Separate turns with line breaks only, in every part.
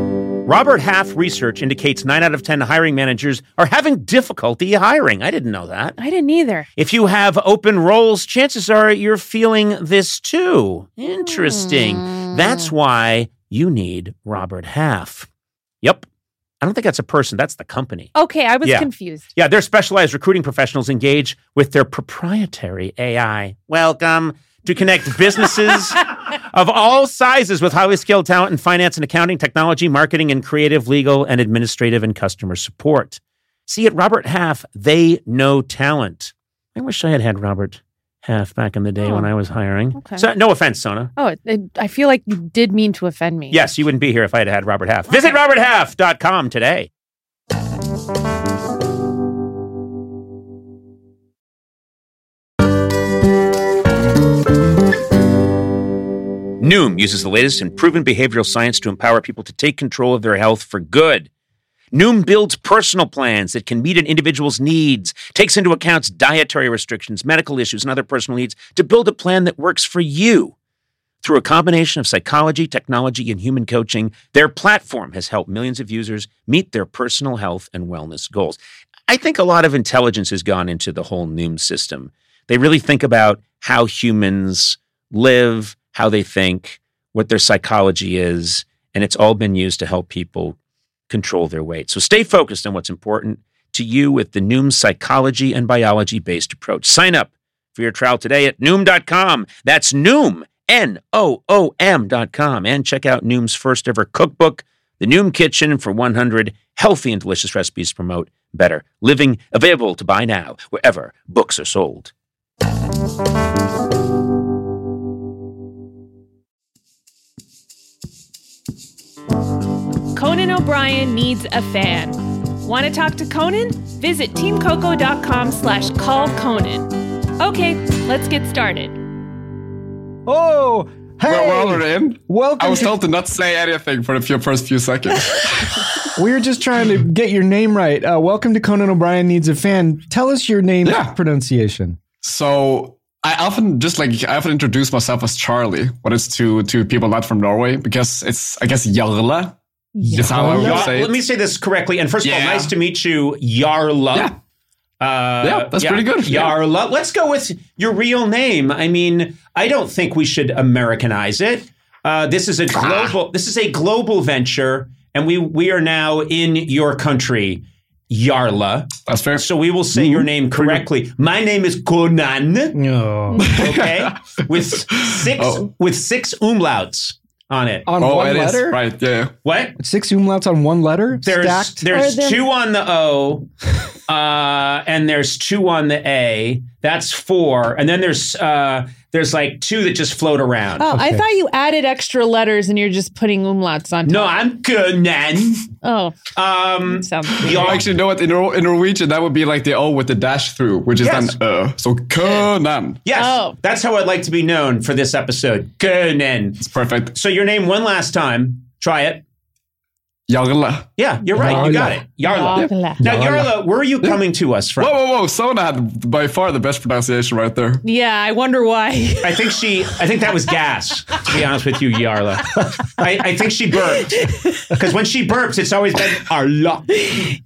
Robert Half research indicates 9 out of 10 hiring managers are having difficulty hiring. I didn't know that.
I didn't either.
If you have open roles, chances are you're feeling this too. Interesting.
Hmm.
That's why you need Robert Half. Yep. I don't think that's a person, that's the company.
Okay, I was
Yeah.
confused.
Yeah, their specialized recruiting professionals engage with their proprietary AI. Welcome to connect businesses of all sizes with highly skilled talent in finance and accounting, technology, marketing, and creative, legal, and administrative and customer support. See, at Robert Half, they know talent. I wish I had had Robert Half back in the day when
Oh,
I was hiring.
okay.
So, no offense, Sona.
Oh, it, it- I feel like you did mean to offend me.
Yes, you wouldn't be here if I had had Robert Half. Visit roberthalf.com today. Noom uses the latest and proven behavioral science to empower people to take control of their health for good. Noom builds personal plans that can meet an individual's needs, takes into account dietary restrictions, medical issues, and other personal needs to build a plan that works for you. Through a combination of psychology, technology, and human coaching, their platform has helped millions of users meet their personal health and wellness goals. I think a lot of intelligence has gone into the whole Noom system. They really think about how humans live, how they think, what their psychology is, and it's all been used to help people control their weight. So stay focused on what's important to you with the Noom psychology and biology based approach. Sign up for your trial today at Noom.com. That's Noom, N O O M.com. And check out Noom's first ever cookbook, The Noom Kitchen, for 100 healthy and delicious recipes to promote better living. Available to buy now wherever books are sold.
Conan O'Brien needs a fan. Want to talk to Conan? Visit teamcoco.com slash call Conan. Okay, let's get started.
Oh, hey!
We're rolling in.
Welcome
I was
to-
told to not say anything for the few, first few seconds.
We were just trying to get your name right. Uh, welcome to Conan O'Brien Needs a Fan. Tell us your name
Yeah.
pronunciation.
so I often just like I often introduce myself as Charlie, but it's to to people not from Norway because it's I guess Jarle. That's how I would
Jarle?
Oh, say it.
say this correctly. And first
of all, Yeah. nice to
meet you, Yarla.
Yeah.
Uh,
Yeah, that's pretty good.
Yarla. Let's go with your real name. I mean, I don't think we should Americanize it. Uh, this is a
Ah.
global. This is a global venture, and we we are now in your country, Yarla.
That's fair.
So we will say
Mm-hmm.
your name correctly. My name is Conan.
No.
Okay, with six
Oh.
with six umlauts on it.
On one
oh, it is
letter?
right. Yeah.
What?
Six umlauts on one letter?
There's
Stacked?
there's
Are there-
two on the O, uh, and there's two on the A. That's four, and then there's uh, there's like two that just float around.
Oh, I
Okay.
thought you added extra letters and you're just putting umlauts on.
No,
top.
I'm Conan.
Oh,
Um,
sounds
Yeah.
weird.
Actually, you know what? In, Nor- in Norwegian, that would be like the O with the dash through, which is
Yes.
then uh. So Conan.
yes,
Oh.
that's how I'd like to be known for this episode, Conan.
It's perfect.
So your name one last time. Try it.
Jarle.
Yeah, you're right. You got
Yarla.
it, Yarla.
Yarla.
Now, Yarla, where are you coming to us from?
Whoa, whoa, whoa! Sona had by far the best pronunciation right there.
Yeah, I wonder why.
I think she. I think that was gas. To be honest with you, Yarla. I, I think she burped because when she burps, it's always been Arla.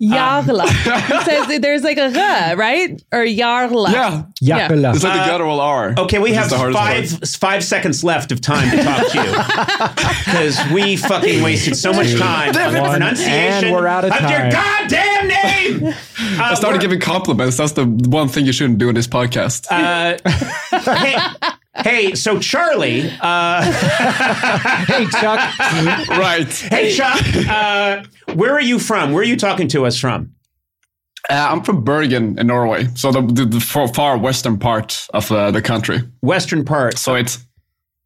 Yarla. it says there's like a r, right? Or Yarla.
Yeah,
Yapela.
it's like the guttural R.
Okay, we
which
have
is the hardest
five
word.
five seconds left of time to talk to you because we fucking wasted so much time on the
One,
pronunciation
and we're out of
your
time.
goddamn name. Uh,
I started giving compliments. That's the one thing you shouldn't do in this podcast.
we're- uh, hey, hey, so Charlie. Uh,
hey, Chuck.
right. Uh,
hey, Chuck. Uh, where are you from? Where are you talking to us from?
Uh, I'm from Bergen in Norway, so the, the, the far far western part of uh, the country.
Western part.
So it's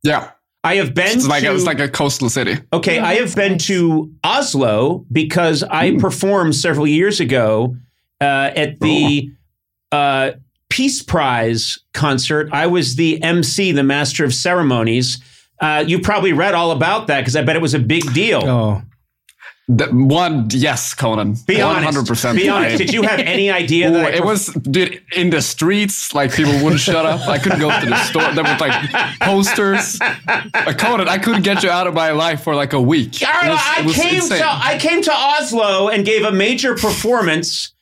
yeah,
I have been
it's like
to.
a, it's like a coastal city.
Okay, I have been to Oslo because I performed several years ago uh, at the uh, Peace Prize concert. I was the MC, the Master of Ceremonies. Uh, you probably read all about that because I bet it was a big deal.
Oh.
The, one, yes, Conan.
Be honest.
100%.
Be honest.
I-
Did you have any idea
Ooh,
that I
it was dude in the streets, like people wouldn't shut up. I couldn't go to the store. There was like posters. Like Conan, I couldn't get you out of my life for like a week. It
Carlo,
was- it was
I came
insane.
to I came to Oslo and gave a major performance.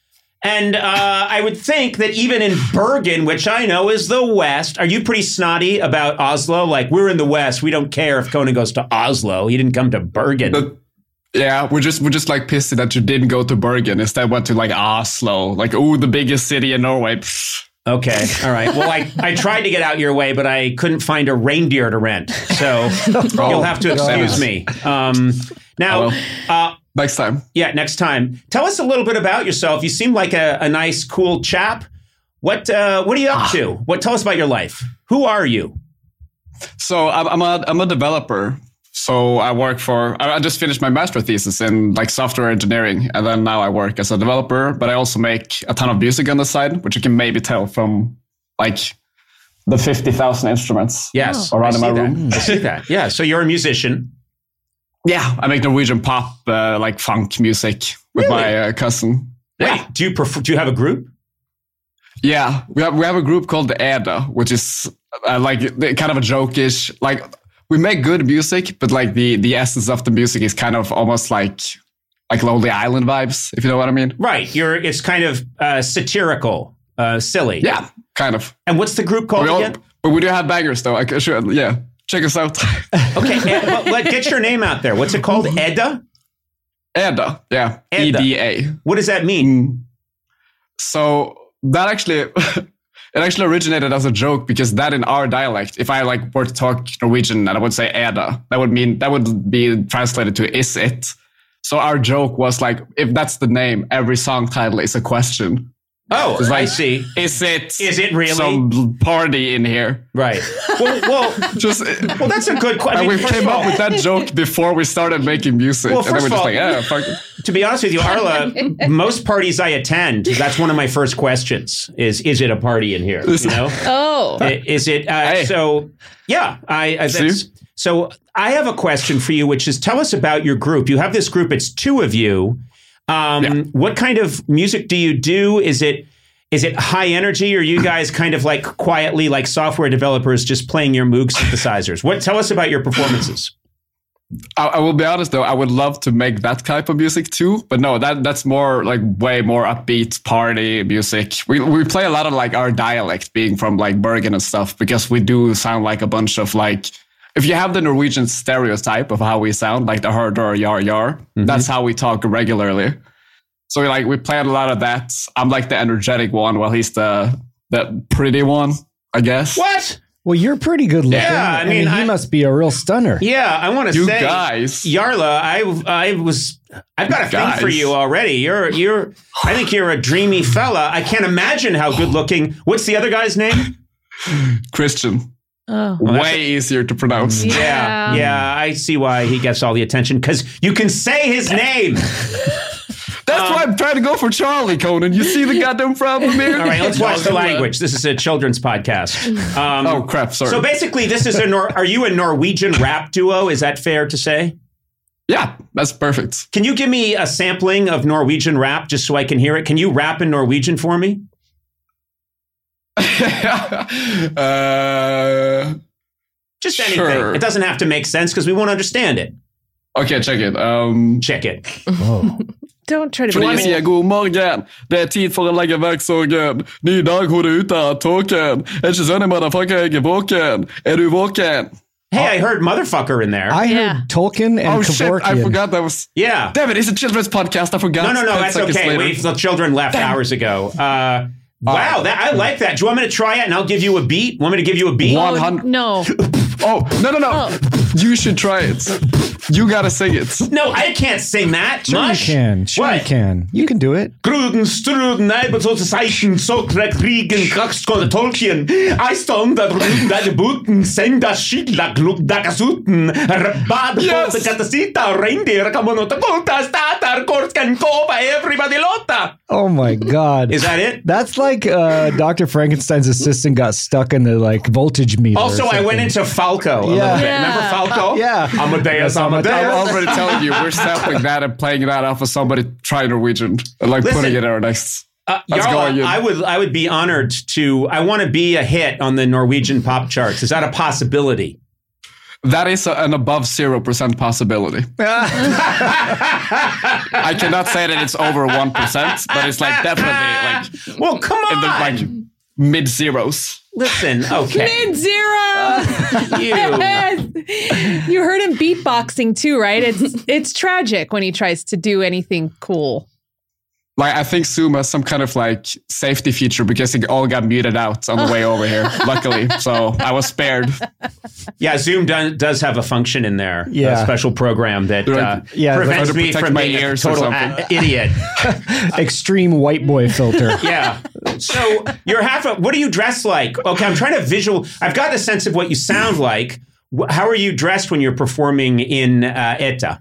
And uh, I would think that even in Bergen, which I know is the West, are you pretty snotty about Oslo? Like we're in the West, we don't care if Conan goes to Oslo. He didn't come to Bergen.
But- yeah, we're just we're just like pissed that you didn't go to Bergen. Instead, went to like Oslo, like oh, the biggest city in Norway. Pfft.
okay, all right. Well, I, I tried to get out your way, but I couldn't find a reindeer to rent, so
Oh,
you'll have to excuse me. Um, now, uh,
Next time,
Yeah, next time. Tell us a little bit about yourself. You seem like a, a nice, cool chap. What uh, What are you
Ah.
up to? What? Tell us about your life. Who are you?
So I'm, I'm a I'm a developer. So I work for I I just finished my master thesis in like software engineering, and then now I work as a developer. But I also make a ton of music on the side, which you can maybe tell from like the fifty thousand instruments.
Yes,
Oh, Around
I
in
see
my
that.
room.
I see that. Yeah. So you're a musician.
yeah. I make Norwegian pop, uh, like funk music with my uh, cousin. Yeah,
Wait, do you prefer, do you have a group?
yeah. We have we have a group called the Ada, which is uh, like the- kind of a jokish. Like we make good music, but like the the essence of the music is kind of almost like like Lonely Island vibes, if you know what I mean.
Right. You're. It's kind of uh, satirical, uh, silly.
Yeah, kind of.
And what's the group called
We all,
again?
but we do have bangers though. I can sure, yeah. Check us out,
Okay. Ed, but let get your name out there. What's it called? Edda.
Ada. Yeah, E
Ada.
D A.
What does that mean?
Mm. So that actually it actually originated as a joke because that in our dialect, if I like were to talk Norwegian and I would say Ada, that would mean that would be translated to is it. So our joke was like, if that's the name, every song title is a question.
Oh,
It's
I
like,
see.
Is it?
Is it really?
some party in here?
Right. Well, well,
Just
well. That's a good question.
and we came up with that joke before we started making music,
Well,
and then
first
we're
of
just
all-
like, yeah, fuck it.
To be honest with you, Arla, most parties I attend, that's one of my first questions: is is it a party in here? You know,
Oh,
I- is it? Uh,
Hey.
So, yeah, I, I that's,
See?
so I have a question for you, which is tell us about your group. You have this group; it's two of you. Um,
Yeah.
What kind of music do you do? Is it is it high energy, or you guys kind of like quietly, like software developers, just playing your Moog synthesizers? What? Tell us about your performances.
I, I will be honest though, I would love to make that type of music too, but no, that that's more like way more upbeat party music. We we play a lot of like our dialect being from like Bergen and stuff because we do sound like a bunch of like if you have the Norwegian stereotype of how we sound, like the hard or yar yar, that's how we talk regularly. So we like we played a lot of that. I'm like the energetic one, while he's the the pretty one, I guess.
What?
Well, you're pretty good looking.
Yeah, I
I mean,
mean,
he
I-
must be a real stunner.
Yeah, I want to
You
say,
guys.
Yarla, I I was I've got a thing
Guys.
for you already. You're you're I think you're a dreamy fella. I can't imagine how good looking. What's the other guy's name?
Christian.
oh.
that's-
Way easier to pronounce.
yeah, yeah, I see why he gets all the attention because you can say his name.
That's
Um,
why I'm trying to go for Charlie Conan. You see the goddamn problem here?
All right, let's watch the language. This is a children's podcast. Um,
Oh crap! Sorry.
so basically, this is a Nor- are you a Norwegian rap duo? Is that fair to say?
yeah, that's perfect.
Can you give me a sampling of Norwegian rap just so I can hear it? Can you rap in Norwegian for me?
uh,
Just anything.
Sure.
It doesn't have to make sense because we won't understand it.
okay, check it. Um,
Check it.
Whoa.
don't try to
Fordi sier god morgen. Det er tid for å legge vekk sorgen. Ny dag, hodet ute av tåken. Er ikke sønnig, motherfucker, jeg er våken. Er du våken?
Hey, I heard motherfucker in there.
I heard
Yeah.
Tolkien and
Oh shit, I
Kevorkian.
forgot that was.
yeah.
Damn it, it's a children's podcast. I forgot.
No, no, no.
10
That's
seconds
okay.
later.
We, the children left hours ago. Uh, wow, that, I like that. Do you want me to try it and I'll give you a beat? Want me to give you a beat?
One
Oh,
hundred.
no.
Oh no, no, no.
Oh.
You should try it. You gotta sing it.
No, I can't sing that.
Sure you
Mush.
can. Sure you
What?
can. You can do it.
Gruden, struden, Eibersozeichen, Sokrat, Kriegen, Kragskone, Tolkien, Eiston, da drüben deine Buten, Sender, Schiedlack, Lug, Dagasuten, Rabad,
Yes.
Bote, Katasita, Reindeer, Kamonota, Gunta, Statar, Korskan, Kova, everybody, Lotta.
Oh my god.
Is that it?
That's like uh, Dr. Frankenstein's assistant got stuck in the like voltage meter. or
Also, I went
something.
into Falco a
Yeah.
little bit.
Yeah.
Remember Falco?
yeah.
Amadeus,
I'm
Amadeus.
already telling you, we're sampling that and playing that off of somebody try Norwegian and like
Listen.
putting it in our next.
Uh,
Let's
Jarl,
go again.
I would I would be honored to. I want to be a hit on the Norwegian pop charts. Is that a possibility?
That is a, an above zero percent possibility. I cannot say that it's over one percent, but it's like definitely like
Well, come
in the
on.
like mid zeros.
Listen, okay,
Mid zero.
you.
Yes. You heard him beatboxing too, right? It's it's tragic when he tries to do anything cool.
Like I think Zoom has some kind of like safety feature because it all got muted out on the way over here. Luckily, so I was spared.
Yeah, Zoom do, does have a function in there,
Yeah.
a special program that
They're
uh,
like-
Yeah, they're
prevents
trying to
me
protect
from
my
being a
ears or
total
something.
a- idiot.
Extreme white boy filter.
Yeah. So you're half. A, what do you dress like? Okay, I'm trying to visual. I've got the sense of what you sound like. Wh- How are you dressed when you're performing in uh, ETA?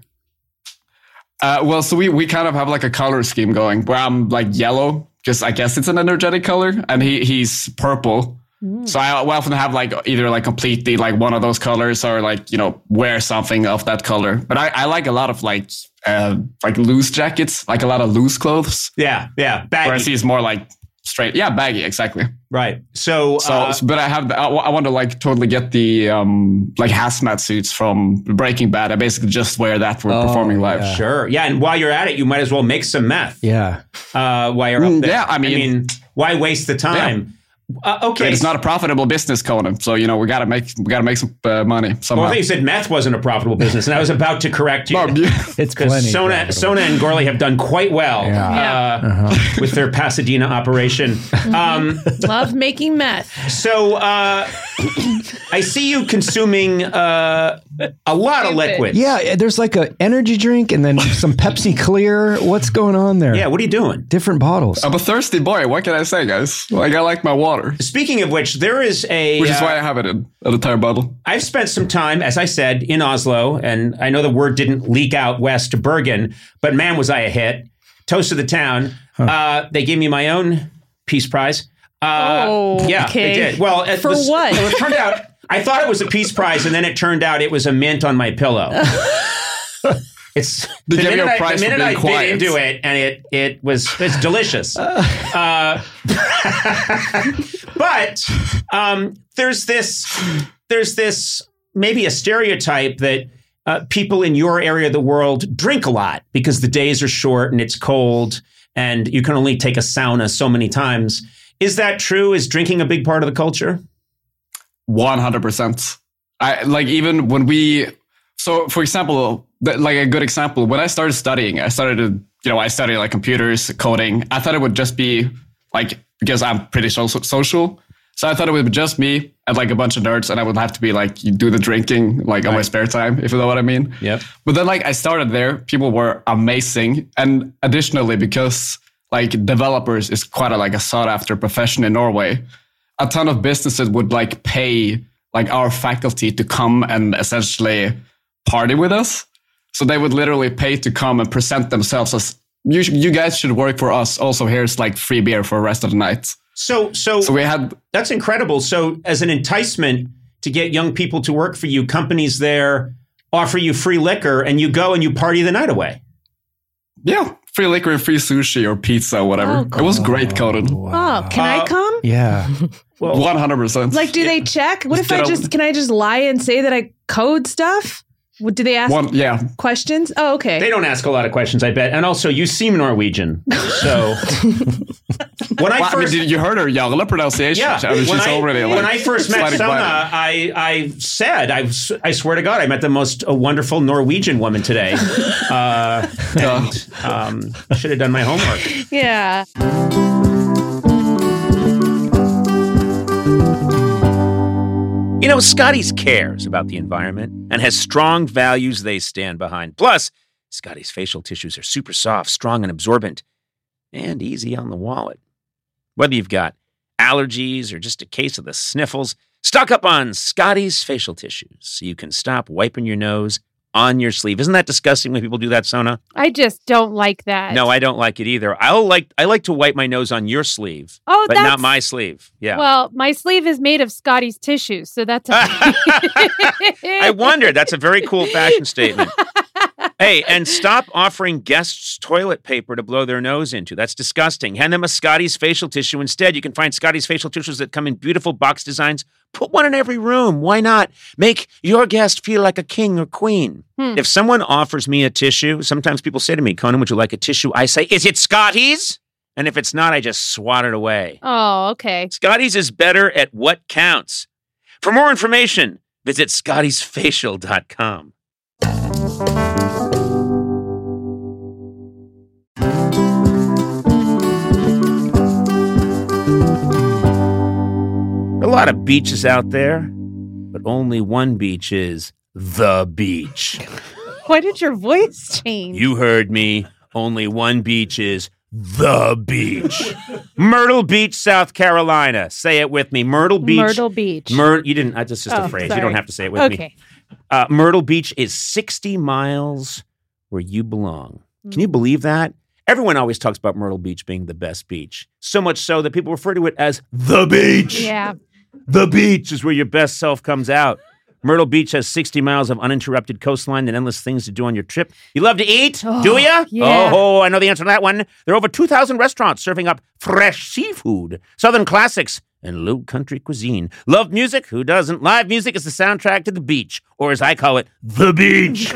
Uh, well, so we we kind of have like a color scheme going where I'm like yellow because I guess it's an energetic color, and he he's purple. So I I often have like either like completely like one of those colors or like you know wear something of that color. But I, I like a lot of like uh, like loose jackets, like a lot of loose clothes.
Yeah, yeah,
Whereas
baggy.
he's more like straight, yeah, baggy, exactly.
Right. So,
So,
Uh-huh.
uh,
but I have, I, wa- I want to like totally get the um like hazmat suits from Breaking Bad. I basically just wear that for
Oh,
performing live.
yeah.
sure. Yeah, and while you're at it, you might as well make some meth.
Yeah.
uh, while you're
Mm,
up there.
yeah, I mean-
why waste the time? Uh, okay.
It's not a profitable business, Conan. So you know we gotta make we gotta make some uh, money
well,
somehow.
I thought you said meth wasn't a profitable business, and I was about to correct you.
Oh, yeah.
It's plenty.
Because Sona, Sona and Gorley have done quite well
Yeah. Uh-huh.
Uh, with their Pasadena operation. Um,
Love making meth.
so uh, I see you consuming uh, a lot of
Stupid.
liquids.
Yeah, eh, there's like a energy drink and then some Pepsi Clear. What's going on there?
Yeah, what are you doing?
Different bottles.
I'm a thirsty boy. What can I say, guys? Like I like my water,
Speaking of which, there is a.
which is
uh,
why I have it in an entire bottle.
I've spent some time, as I said, in Oslo, and I know the word didn't leak out west to Bergen, but man, was I a hit. Toast of the town. Uh, they gave me my own Peace Prize. Uh,
Oh,
yeah,
okay.
they did. Well, it
For
was-
what?
well, It turned out I thought it was a Peace Prize, and then it turned out it was a mint on my pillow. It's the
They give you
minute,
a
I,
prize
the
for
minute
being
I
quiet.
bit into it, and it it was it's delicious. Uh, but um, there's this there's this maybe a stereotype that uh, people in your area of the world drink a lot because the days are short and it's cold and you can only take a sauna so many times. Is that true? Is drinking a big part of the culture?
One hundred percent. I like even when we. So, for example, th- like a good example, when I started studying, I started to you know I studied like computers, coding. I thought it would just be like because I'm pretty so- social. So I thought it would be just me and like a bunch of nerds, and I would have to be like you do the drinking like on my spare time, if you know what I mean.
Yep.
But then like I started there, people were amazing, and additionally because like developers is quite a, like a sought after profession in Norway a ton of businesses would like pay like our faculty to come and essentially party with us. So they would literally pay to come and present themselves as you. sh- You guys should work for us. Also, here's like free beer for the rest of the night.
So so,
So we had
that's incredible. So as an enticement to get young people to work for you, companies there offer you free liquor and you go and you party the night away.
yeah free liquor and free sushi or pizza or whatever.
Oh,
It was great, Conan.
Oh, can I
Uh,
come?
Yeah.
Well,
One hundred percent.
Like, do they check? What
Just
if I
get a-
just can I just lie and say that I code stuff? What, do they ask
One yeah.
questions? Oh, okay.
they don't ask a lot of questions, I bet. And also, you seem Norwegian. So when I
Well, I mean,
first.
did you heard her Jarle pronunciation?
yeah,
I mean,
when,
she's
I,
already like
when I first met
sliding
Sona,
by.
I, I said, I, s- I swear to God, I met the most uh, wonderful Norwegian woman today. Uh, and um, should have done my homework.
yeah.
You know, Scotty's cares about the environment and has strong values they stand behind. Plus, Scotty's facial tissues are super soft, strong, and absorbent, and easy on the wallet. Whether you've got allergies or just a case of the sniffles, stock up on Scotty's facial tissues so you can stop wiping your nose
on your sleeve. Isn't that disgusting when people do that, Sona?
I just don't like that.
No, I don't like it either. I'll like I like to wipe my nose on your sleeve,
oh,
but
that's,
not my sleeve. Yeah.
Well, my sleeve is made of Scotty's tissues, so that's.
I wonder. That's a very cool fashion statement. Hey, and stop offering guests toilet paper to blow their nose into. That's disgusting. Hand them a Scotty's facial tissue instead. You can find Scotty's facial tissues that come in beautiful box designs. Put one in every room. Why not? Make your guest feel like a king or queen.
Hmm.
If someone offers me a tissue, sometimes people say to me, Conan, would you like a tissue? I say, Is it Scotty's? And if it's not, I just swat it away.
Oh, okay.
Scotty's is better at what counts. For more information, visit scottysfacial.com. A lot of beaches out there, but only one beach is the beach.
Why did your voice change?
You heard me. Only one beach is the beach. Myrtle Beach, South Carolina. Say it with me. Myrtle Beach.
Myrtle Beach.
Myr- you didn't. That's just a
Oh,
phrase.
sorry.
You don't have to say it with me.
okay.
Uh, Myrtle Beach is 60 miles where you belong. Can
Mm.
you believe that? Everyone always talks about Myrtle Beach being the best beach. So much so that people refer to it as the beach.
Yeah.
The beach is where your best self comes out. Myrtle Beach has 60 miles of uninterrupted coastline and endless things to do on your trip. You love to eat, do
Oh,
you?
yeah.
Oh, I know the answer to that one. There are over 2,000 restaurants serving up fresh seafood, southern classics, and low country cuisine. Love music? Who doesn't? Live music is the soundtrack to the beach, or as I call it, the beach.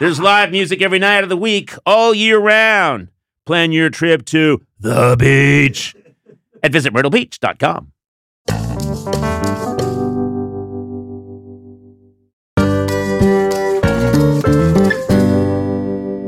There's live music every night of the week, all year round. Plan your trip to the beach at visitmyrtlebeach.com.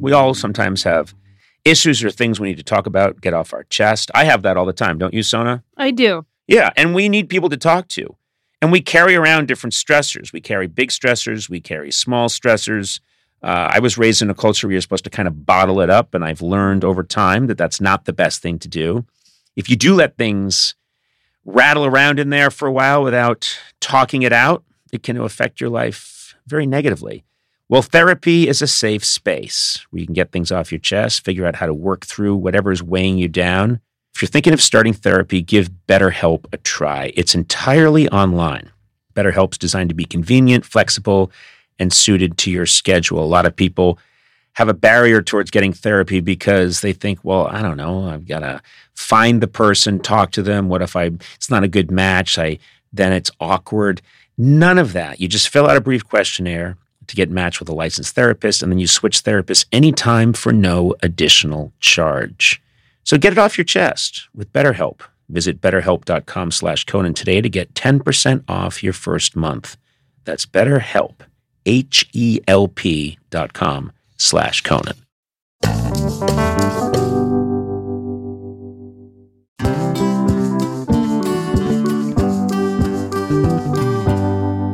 We all sometimes have issues or things we need to talk about, get off our chest. I have that all the time, don't you, Sona?
I do.
Yeah, and we need people to talk to. And we carry around different stressors. We carry big stressors, we carry small stressors. Uh, I was raised in a culture where you're supposed to kind of bottle it up, and I've learned over time that that's not the best thing to do. If you do let things rattle around in there for a while without talking it out, it can affect your life very negatively. Well, therapy is a safe space where you can get things off your chest, figure out how to work through whatever is weighing you down. If you're thinking of starting therapy, give BetterHelp a try. It's entirely online. BetterHelp's designed to be convenient, flexible, and suited to your schedule. A lot of people have a barrier towards getting therapy because they think, well, I don't know, I've got to find the person, talk to them. What if I it's not a good match? I then it's awkward. None of that. You just fill out a brief questionnaire to get matched with a licensed therapist and then you switch therapists anytime for no additional charge. So get it off your chest with BetterHelp. Visit betterhelp.com slash Conan today to get 10% off your first month. That's betterhelp, H-E-L-P dot com slash Conan.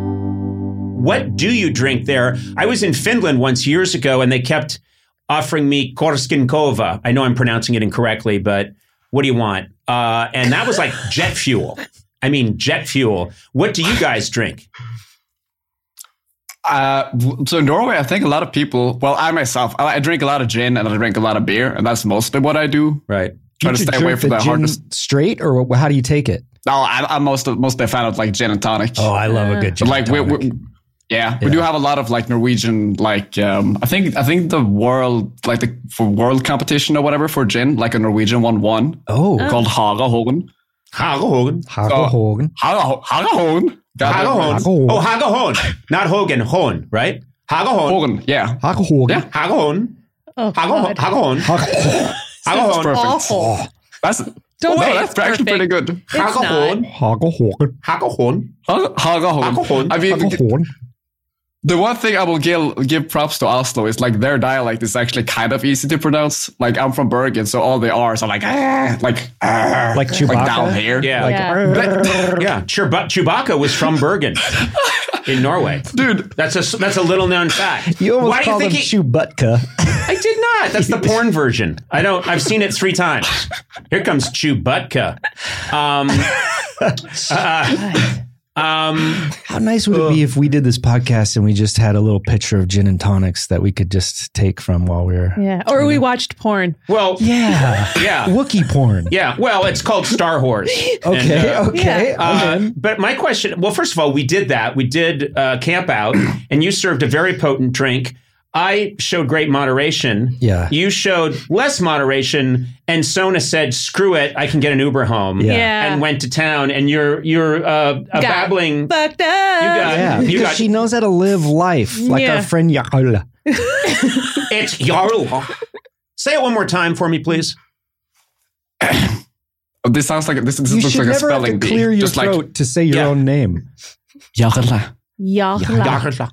What do you drink there? I was in Finland once years ago, and they kept offering me Korskenkova. I know I'm pronouncing it incorrectly, but what do you want? Uh, and that was like jet fuel. I mean, jet fuel. What do you guys drink?
Uh, w- so in Norway, I think a lot of people. Well, I myself, I, I drink a lot of gin and I drink a lot of beer, and that's mostly what I do.
Right.
Try to
you
stay away
drink
from
the
the
gin
hardest-
straight, or wh- how do you take it?
No, I, I'm most mostly a fan of like gin and tonic.
Oh, I love a good gin.
But, Uh, like
and
we, we
tonic.
yeah, we
Yeah.
do have a lot of like Norwegian like um I think I think the world like the for world competition or whatever for gin like a Norwegian one won
oh,
called Hagahogen.
Hagahogan.
Hago Hogan.
Haga- Hagahogen. Hagahogen.
Hagahogen.
Hagahogan. Oh, Hagahogan. Not Hogan. Hon, right? Hagahogan.
Hogen, Yeah.
Hago Hogan.
Yeah.
Hagahogan.
Oh,
Hagahogen.
God.
Hagahogen.
Hago-
That's
Hagahogen.
perfect.
Awful.
That's
Don't
no,
say
that's
it's
actually pretty
perfect.
good.
It's not.
Hagahogen.
Hago Hogan.
Hagahogen.
Haga- Hagahogen.
Hagahogen.
I mean,
Hago Hogan.
The one thing I will give, give props to Oslo is like their dialect is actually kind of easy to pronounce. Like I'm from Bergen, so all the R's are like ah, like ah,
Like Chewbacca?
like down here.
Yeah.
Like,
Yeah.
"Arr."
Yeah. Chewba- Chewbacca was from Bergen in Norway.
dude,
That's a that's a little known fact.
You almost
Why do you
called him
think he-
Chewbutka.
I did not. That's the porn version. I don't. I've seen it three times. Here comes Chewbuttka. Um, uh, um,
How nice would it be if we did this podcast and we just had a little picture of gin and tonics that we could just take from while we were.
Yeah. Or we watched porn.
well,
Yeah.
yeah,
Wookie porn.
yeah. Well, it's called Star Wars.
Okay.
And, uh,
okay.
Uh,
I'm in.
but my question well first of all we did that we did uh, camp out and you served a very potent drink i showed great moderation
Yeah.
you showed less moderation and sona said screw it i can get an uber home
Yeah.
Yeah.
and went to town and you're you're uh, a babbling
Fucked up.
you got,
Yeah,
you
because
got
she knows how to live life like
Yeah.
our friend Yakola.
it's Yarl. Say it one more time for me, please.
this sounds like this. This
You
looks
should
like a
never have
spelling
to
bee.
clear your
Just
throat to say your
Yeah.
own name.
like
Yarla.
Yarla.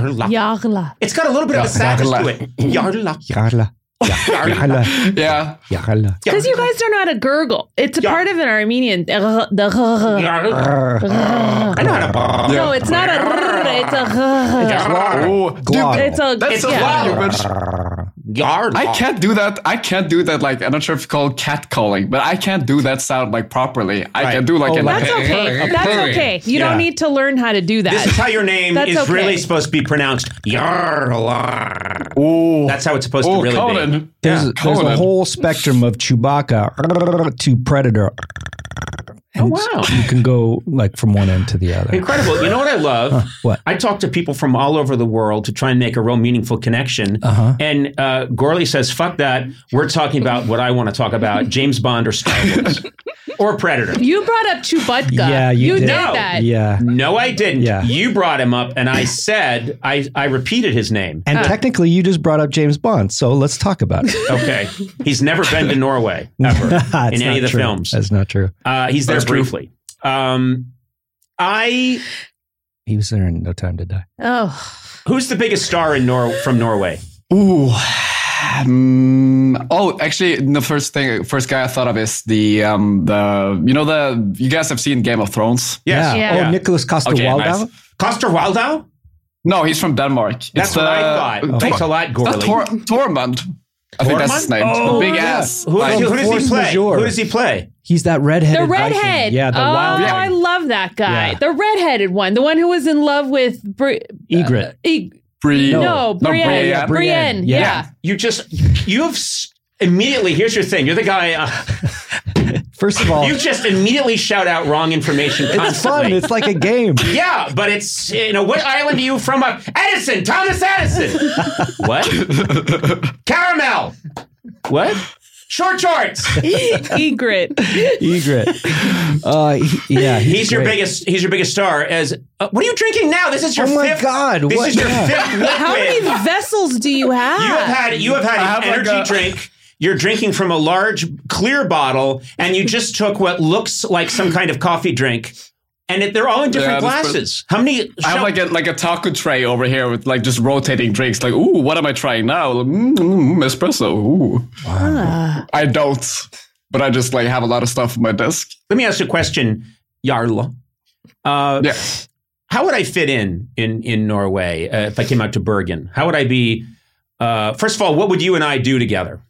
Yarla.
Yarla.
It's got a little bit of a sadness to it. Yarla.
Yarla,
Yarla.
Yarla,
yeah,
Yarla.
Because you guys don't know how to gurgle. It's a
Yeah.
part of an Armenian. The
Yarla.
Arr.
I know how to.
Yeah.
No, it's not a. It's a.
Oh,
Glock.
dude,
It's a.
that's a
yeah.
lot. you bitch.
Yarla.
I can't do that. I can't do that. Like I'm not sure if you call it cat calling, but I can't do that sound like properly. I
Right.
can do like
Oh,
an-
That's okay. That's okay. You
Yeah.
don't need to learn how to do that.
This is how your name
That's
is
okay.
really supposed to be pronounced. Yarla.
Oh,
That's how it's supposed
oh,
to really be.
Conan.
There's, a, there's a
Conan.
whole spectrum of Chewbacca to Predator. And
Oh, wow.
You can go like from one end to the other.
Incredible. You know what I love?
What?
I talk to people from all over the world to try and make a real meaningful connection.
Uh-huh.
And uh, Gorley says, fuck that. We're talking about what I want to talk about James Bond or Star Wars or Predator.
You brought up Chewbacca.
Yeah, you
did,
did.
No.
that.
Yeah.
No, I didn't.
Yeah.
You brought him up, and I said, I, I repeated his name.
And technically, you just brought up James Bond, so let's talk about it.
Okay. He's never been to Norway, ever.
It's not
any of the
true.
films.
That's not true.
Uh, he's there
That's true.
briefly. Um, I.
He was there in No Time to Die.
Oh,
Who's the biggest star in Nor- from Norway?
Ooh. Um, oh, actually, the first thing, first guy I thought of is the um, the you know the you guys have seen Game of Thrones.
Yes.
Yeah.
Yeah.
Oh, Nicholas Costa
Okay,
Waldau.
nice.
Coster Waldau?
No, he's from Denmark.
That's what I thought. Thanks a lot, Gorley.
That's Tor- Tormund. I think that's his
Tormund?
name.
Oh,
the big
yeah.
ass.
Who,
Like,
who does he
Force
play?
majeure.
Who does he play?
He's that redheaded.
the
Viking.
redhead.
Yeah, the
oh,
wild
Yeah.
I love that guy.
Yeah.
The redheaded one, the one who was in love with Bri-
egret.
e-
Bree-
no,
Brienne.
Brienne.
Yeah,
Brienne.
Brienne.
Yeah.
Yeah.
You just, you have s- immediately, here's your thing. You're the guy, uh,
First of all,
you just immediately shout out wrong information
Oh. it's fun.
constantly.
It's like a game.
yeah, but it's, you know, what island are you from? Uh, Edison, Thomas Edison. what? Caramel. What? Short shorts.
Egret.
Egret. Uh, he- yeah, he's,
He's your
great.
biggest. He's your biggest star. As uh, what are you drinking now? This is your.
Oh my
fifth,
God,
This
what-
is your
yeah.
fifth liquid.
How many vessels do you have?
You have had you have had
have
an
like
energy
a-
drink. You're drinking from a large clear bottle, and you just took what looks like some kind of coffee drink, and it, they're all in different
Yeah, that's pretty-
glasses. How many?
I have
show-
like a like a taco tray over here with like just rotating drinks. Like, ooh, what am I trying now? Mm, mm, mm, espresso. Ooh. I don't, but I just like have a lot of stuff on my desk.
Let me ask you a question, Jarl. Uh,
Yeah.
How would I fit in in in Norway uh, if I came out to Bergen? How would I be? Uh, first of all, what would you and I do together?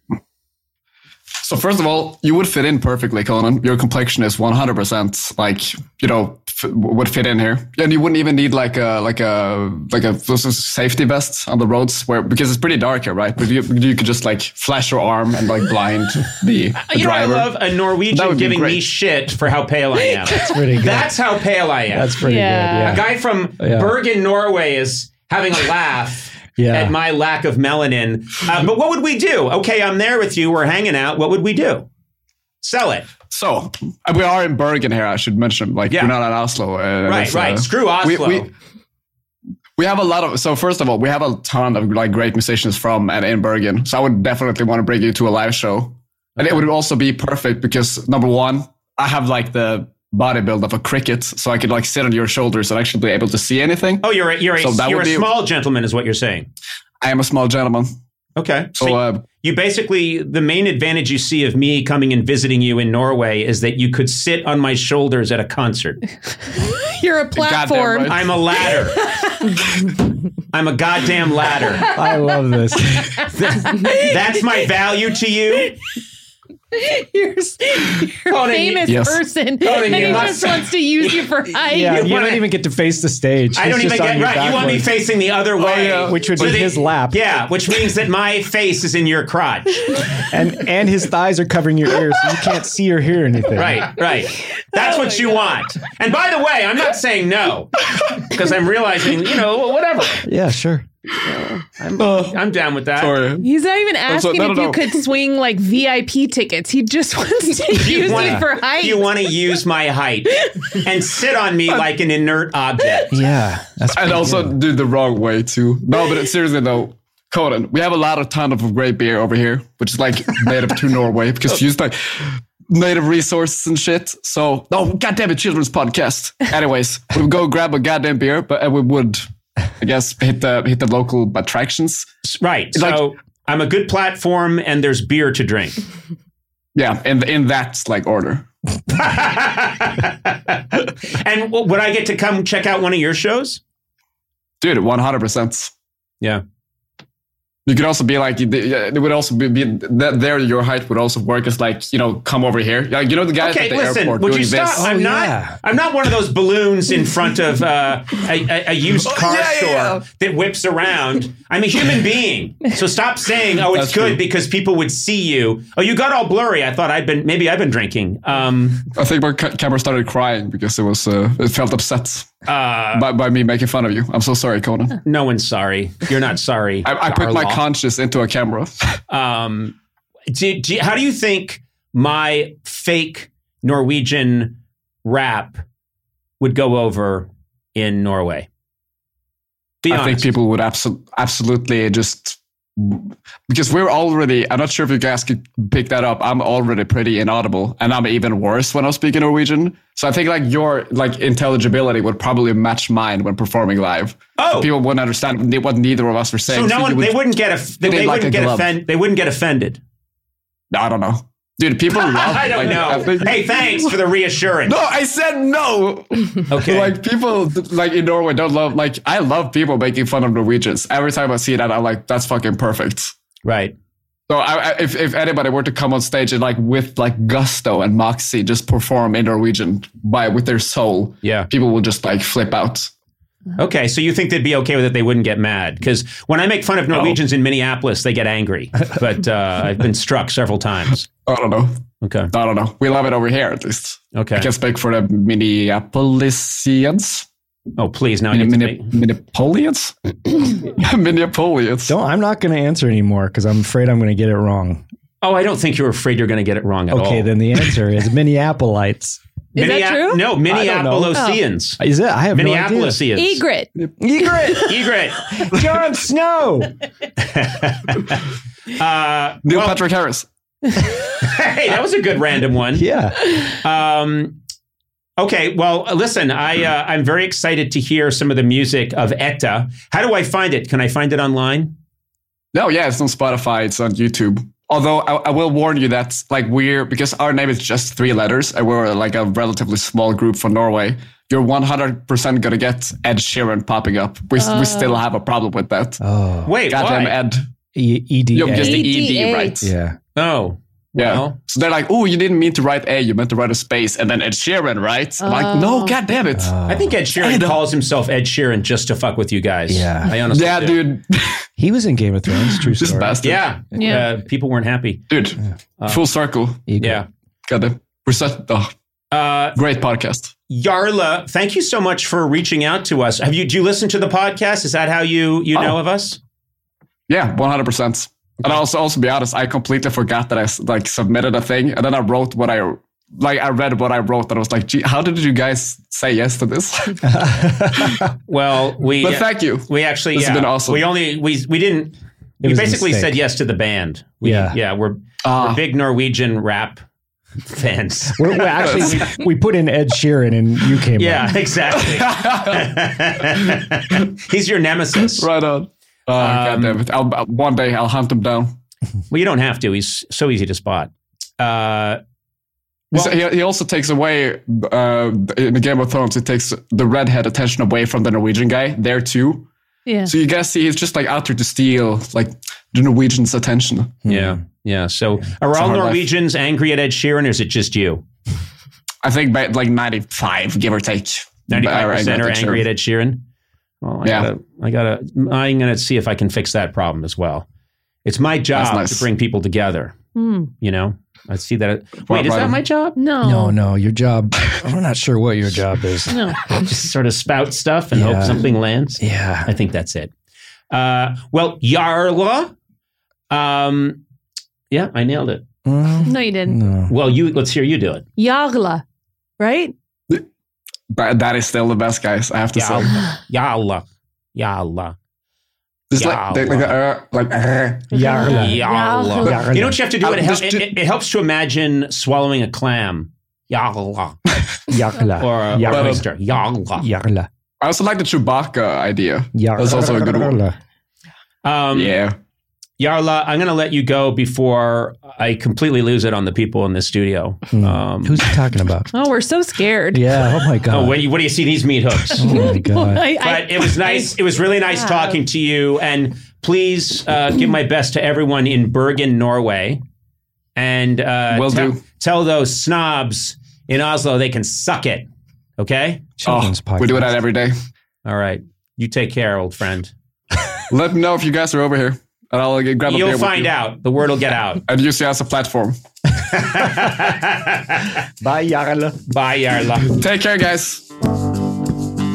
So first of all, you would fit in perfectly, Conan. Your complexion is 100% like, you know, f- would fit in here. And you wouldn't even need like a like a like a those are safety vest on the roads where because it's pretty dark here, right? But you you could just like flash your arm and like blind the, the
you know,
driver.
I love a
That
Norwegian
would be
giving
great.
me shit for how pale I am. That's
pretty good.
how pale I am.
That's pretty
Yeah.
a
good. Yeah.
guy from
Yeah.
Bergen, Norway is having a laugh.
Yeah.
At my lack of melanin. Uh, but what would we do? Okay, I'm there with you. We're hanging out. What would we do? Sell it.
So and we are in Bergen here. I should mention, like
Yeah.
we're not in Oslo. Uh,
Right,
it's, uh,
right. Screw
we-
Oslo.
we- we have a lot of so first of all we have a ton of like great musicians from and in bergen so i would definitely want to bring you to a live show and it would also be perfect because number one i have like the body build of a cricket so i could like sit on your shoulders and actually be able to see anything
oh, you're a, you're a,
So that
you're a
would be-
small gentleman, is what you're saying.
i am a small gentleman
Okay.
so
So
uh,
you basically, the main advantage you see of me coming and visiting you in Norway is that you could sit on my shoulders at a concert.
You're a
Goddamn
platform.
right.
I'm a ladder. I'm a goddamn ladder.
I love this.
That's my value to you.
You're, s- you're a
Conan, you-
famous
Yes.
person,
Conan,
and
you
he
must-
just wants to use you for hype.
Yeah, you
wanna-
don't even get to face the stage.
I
It's
don't
just
even
on
get
your
right. You want me
backwards.
facing the other way,
yeah.
Oh, Which would be
So that-
his lap.
Yeah, which means that my face is in your crotch.
and and his thighs are covering your ears, so you can't see or hear anything.
Right, right. That's what you want. And by the way, I'm not saying no because I'm realizing, you know, whatever.
Yeah, sure.
I'm down with that.
sorry
He's not even
so-
asking
no, no,
if
no.
you could swing like VIP tickets. He just wants to use you
wanna-
for hype.
You want to use my height and sit on me like an inert object.
Yeah, that's
and
pretty
also
good.
do the wrong way too no but seriously though Conan, we have a lot of ton of great beer over here, which is like native to Norway because you use like native resources and shit. So, oh goddamn it, children's podcast. Anyways, we would go grab a goddamn beer, but and we would, I guess, hit the hit the local attractions.
Right.
like-
So I'm a good platform and there's beer to drink.
Yeah, in in that like order.
and w- would I get to come check out one of your shows?
Dude, one hundred percent.
Yeah.
You could also be like, it would also be, be that there. Your height would also work as like, you know, come over here. Like, you know, the guys
Okay,
at the
listen.
airport
Would
doing
you stop?
this.
I'm
Oh,
not.
yeah.
I'm not one of those balloons in front of uh, a, a, a used car
Oh, yeah, yeah,
store
yeah.
that whips around. I'm a human being, so stop saying, "Oh, it's
That's
good"
true.
because people would see you. Oh, you got all blurry. I thought I'd been maybe I've been drinking. Um,
I think my ca- camera started crying because it was uh, it felt upset by, by me making fun of you. I'm so sorry, Conan.
uh, no one's sorry. You're not sorry.
I, I put my
Darla.
conscience into a camera.
Um, do, do, how do you think my fake Norwegian rap would go over in Norway? Be
I think
honest.
people would absol- absolutely just because we're already. I'm not sure if you guys could pick that up. I'm already pretty inaudible, and I'm even worse when I'm speaking Norwegian. So I think like your like intelligibility would probably match mine when performing live.
Oh.
people wouldn't understand what neither of us were saying.
so no
you
one
would-
they wouldn't get aff- they,
fit in
they
like
wouldn't
a
get
glove.
offended. They wouldn't get offended.
I don't know, dude. People love.
I don't
like, I
know.
think-
hey, thanks for the reassurance.
No, I said no.
Okay.
Like people like in Norway don't love like I love people making fun of Norwegians. Every time I see that, I'm like, that's fucking perfect.
Right.
So I, I, if if anybody were to come on stage and like with like gusto and moxie just perform in Norwegian by with their soul,
Yeah.
people will just like flip out.
Okay. So you think they'd be okay with it? They wouldn't get mad because when I make fun of Norwegians in Minneapolis, they get angry. But uh, I've been struck several times.
I don't know.
Okay.
I don't know. We love it over here at least.
Okay.
I can speak for the Minneapolisians.
Oh, please. Now I need to make-
Minne- Minneapolians? Minneapolians.
Don't. I'm not going to answer anymore because I'm afraid I'm going to get it wrong.
Oh, I don't think you're afraid you're going to get it wrong at all.
Okay, then the answer is Minneapolites.
Is that
Minnea-
true?
No,
don't know.
Minneapolisians.
Is it? I have
Minneapolisians.
Egret.
Egret.
Egret.
Jon Snow.
Uh,
Neil
well,
Patrick Harris.
hey, that was a good random one.
Yeah.
Um, okay, well, listen, I uh, I'm very excited to hear some of the music of Etta. How do I find it? Can I find it online?
No, yeah, it's on Spotify, it's on YouTube. Although I, I will warn you that like we're because our name is just three letters and we're like a relatively small group for Norway. You're 100% gonna get Ed Sheeran popping up. We, we still have a problem with that.
Oh.
Wait,
Goddamn
why?
Ed.
E- EDA.
E
You're just the ED,
EDA.
right?
yeah.
Oh,
Yeah.
Well.
So they're like, oh, you didn't mean to write A, you meant to write a space. And then Ed Sheeran, right? I'm like, no, god damn it.
I think Ed Sheeran calls himself Ed Sheeran just to fuck with you guys.
Yeah.
I honestly
yeah,
do.
dude.
Oh. He was in Game of Thrones. True
this
story.
bastard.
Yeah,
Yeah.
Uh, people weren't happy.
Dude. Full circle.
Eagle.
Yeah.
God damn. We're such oh,
Uh,
great podcast.
Yarla, thank you so much for reaching out to us. Have you? Do you listen to the podcast? Is that how you
Oh.
you know of us?
Yeah, one hundred percent. And I also also be honest, I completely forgot that I s- like submitted a thing, and then I wrote what I like. I read what I wrote, and I was like, Gee, "How did you guys say yes to this?" but
Well, we
thank you.
we actually
This
yeah
has been awesome.
we only we we didn't
It
we
was a
basically
mistake.
said yes to the band. We,
Yeah.
yeah, we're,
Ah.
we're big Norwegian rap fans.
We're, we're actually we, we put in Ed Sheeran and you came.
yeah, exactly. He's your nemesis.
right on. Oh, God
Um,
damn it. I'll, I'll- one day I'll hunt him down.
Well, you don't have to. He's so easy to spot. Uh, well-
So he, he also takes away uh, in the Game of Thrones. He takes the redhead attention away from the Norwegian guy there too.
Yeah.
So you guys see, he's just like out there to steal like the Norwegians' attention.
Hmm.
yeah, yeah. So
a
are all
hard life.
Norwegians angry at Ed Sheeran, or is it just you?
I think by like ninety-five, give or take.
Ninety-five percent are
I- I- I-
angry at Ed Sheeran. Well, I
Yeah.
gotta, I gotta, I'm gonna see if I can fix that problem as well. It's my job
nice.
to bring people together. You know, I see that.
Well,
Wait, is
right
that
on.
my job?
No.
Oh.
No, no, your job. We're not sure what your job is.
No.
Just sort of spout stuff and
Yeah.
hope something lands.
Yeah.
I think that's it. Uh, well, Yarla, um, yeah, I nailed it.
Mm,
No, you didn't.
No.
Well, you let's hear you do it.
Yagla, right?
But that is still the best, guys. I have to say.
Yarla, Yarla, Yarla,
Just like they- like, uh, like uh,
Yarla.
Yarla. You know what you have to do?
Uh,
It, hel-
just
it-
do-
it- it helps to imagine swallowing a clam. Yarla.
Yarla.
or uh, a
Yarla.
or an oyster. Yarla.
Yarla.
I also like the Chewbacca idea.
Yarla.
That's also a good one.
Um,
yeah.
Yarla, I'm going to let you go before I completely lose it on the people in the studio. Um,
Hmm. Who's he talking about?
Oh, we're so scared.
Yeah. Oh my
oh,
god.
what do you, what do you see these meat hooks?
Oh my god.
I- I-
But it was nice. It was really nice talking to you. And please uh, give my best to everyone in Bergen, Norway. And uh,
Will
tell,
do.
tell those snobs in Oslo they can suck it. Okay?
Oh,
Children's
we do
podcast.
that every day.
All right. You take care, old friend.
Let me know if you guys are over here, and I'll get, grab a beer
You'll
with
find
you.
out. The word will get out.
And use it as a platform.
Bye, Yarla.
Bye, Yarla.
Take care, guys.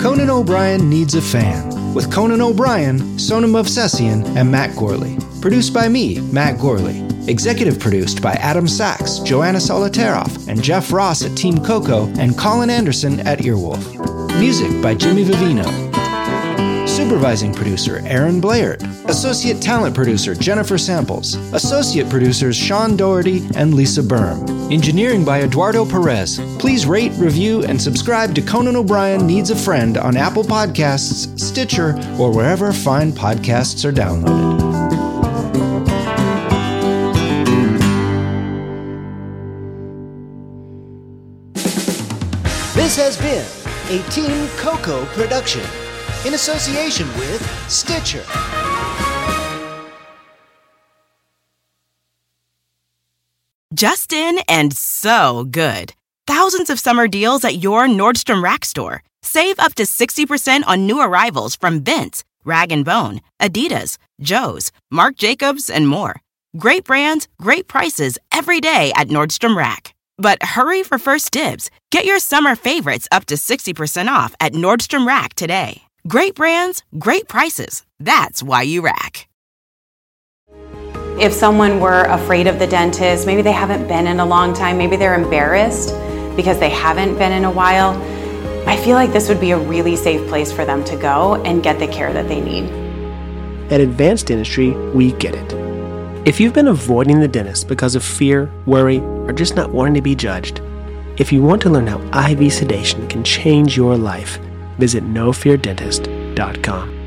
Conan O'Brien Needs a Fan with Conan O'Brien, Sonam Obsessian, and Matt Gorley. Produced by me, Matt Gorley. Executive produced by Adam Sachs, Joanna Solotaroff, and Jeff Ross at Team Coco, and Colin Anderson at Earwolf. Music by Jimmy Vivino. Supervising producer Aaron Blair. Associate talent producer Jennifer Samples. Associate producers Sean Doherty and Lisa Berm. Engineering by Eduardo Perez. Please rate, review, and subscribe to Conan O'Brien Needs a Friend on Apple Podcasts, Stitcher, or wherever fine podcasts are downloaded. This has been a Team Coco production in association with Stitcher.
Justin and so good. Thousands of summer deals at your Nordstrom Rack store. Save up to 60% on new arrivals from Vince, Rag & Bone, Adidas, Joe's, Marc Jacobs, and more. Great brands, great prices every day at Nordstrom Rack. But hurry for first dibs. Get your summer favorites up to 60% off at Nordstrom Rack today. Great brands, great prices. That's why you rack.
If someone were afraid of the dentist, maybe they haven't been in a long time, maybe they're embarrassed because they haven't been in a while, I feel like this would be a really safe place for them to go and get the care that they need.
At Advanced Dentistry, we get it. If you've been avoiding the dentist because of fear, worry, or just not wanting to be judged, if you want to learn how IV sedation can change your life, visit nofeardentist.com.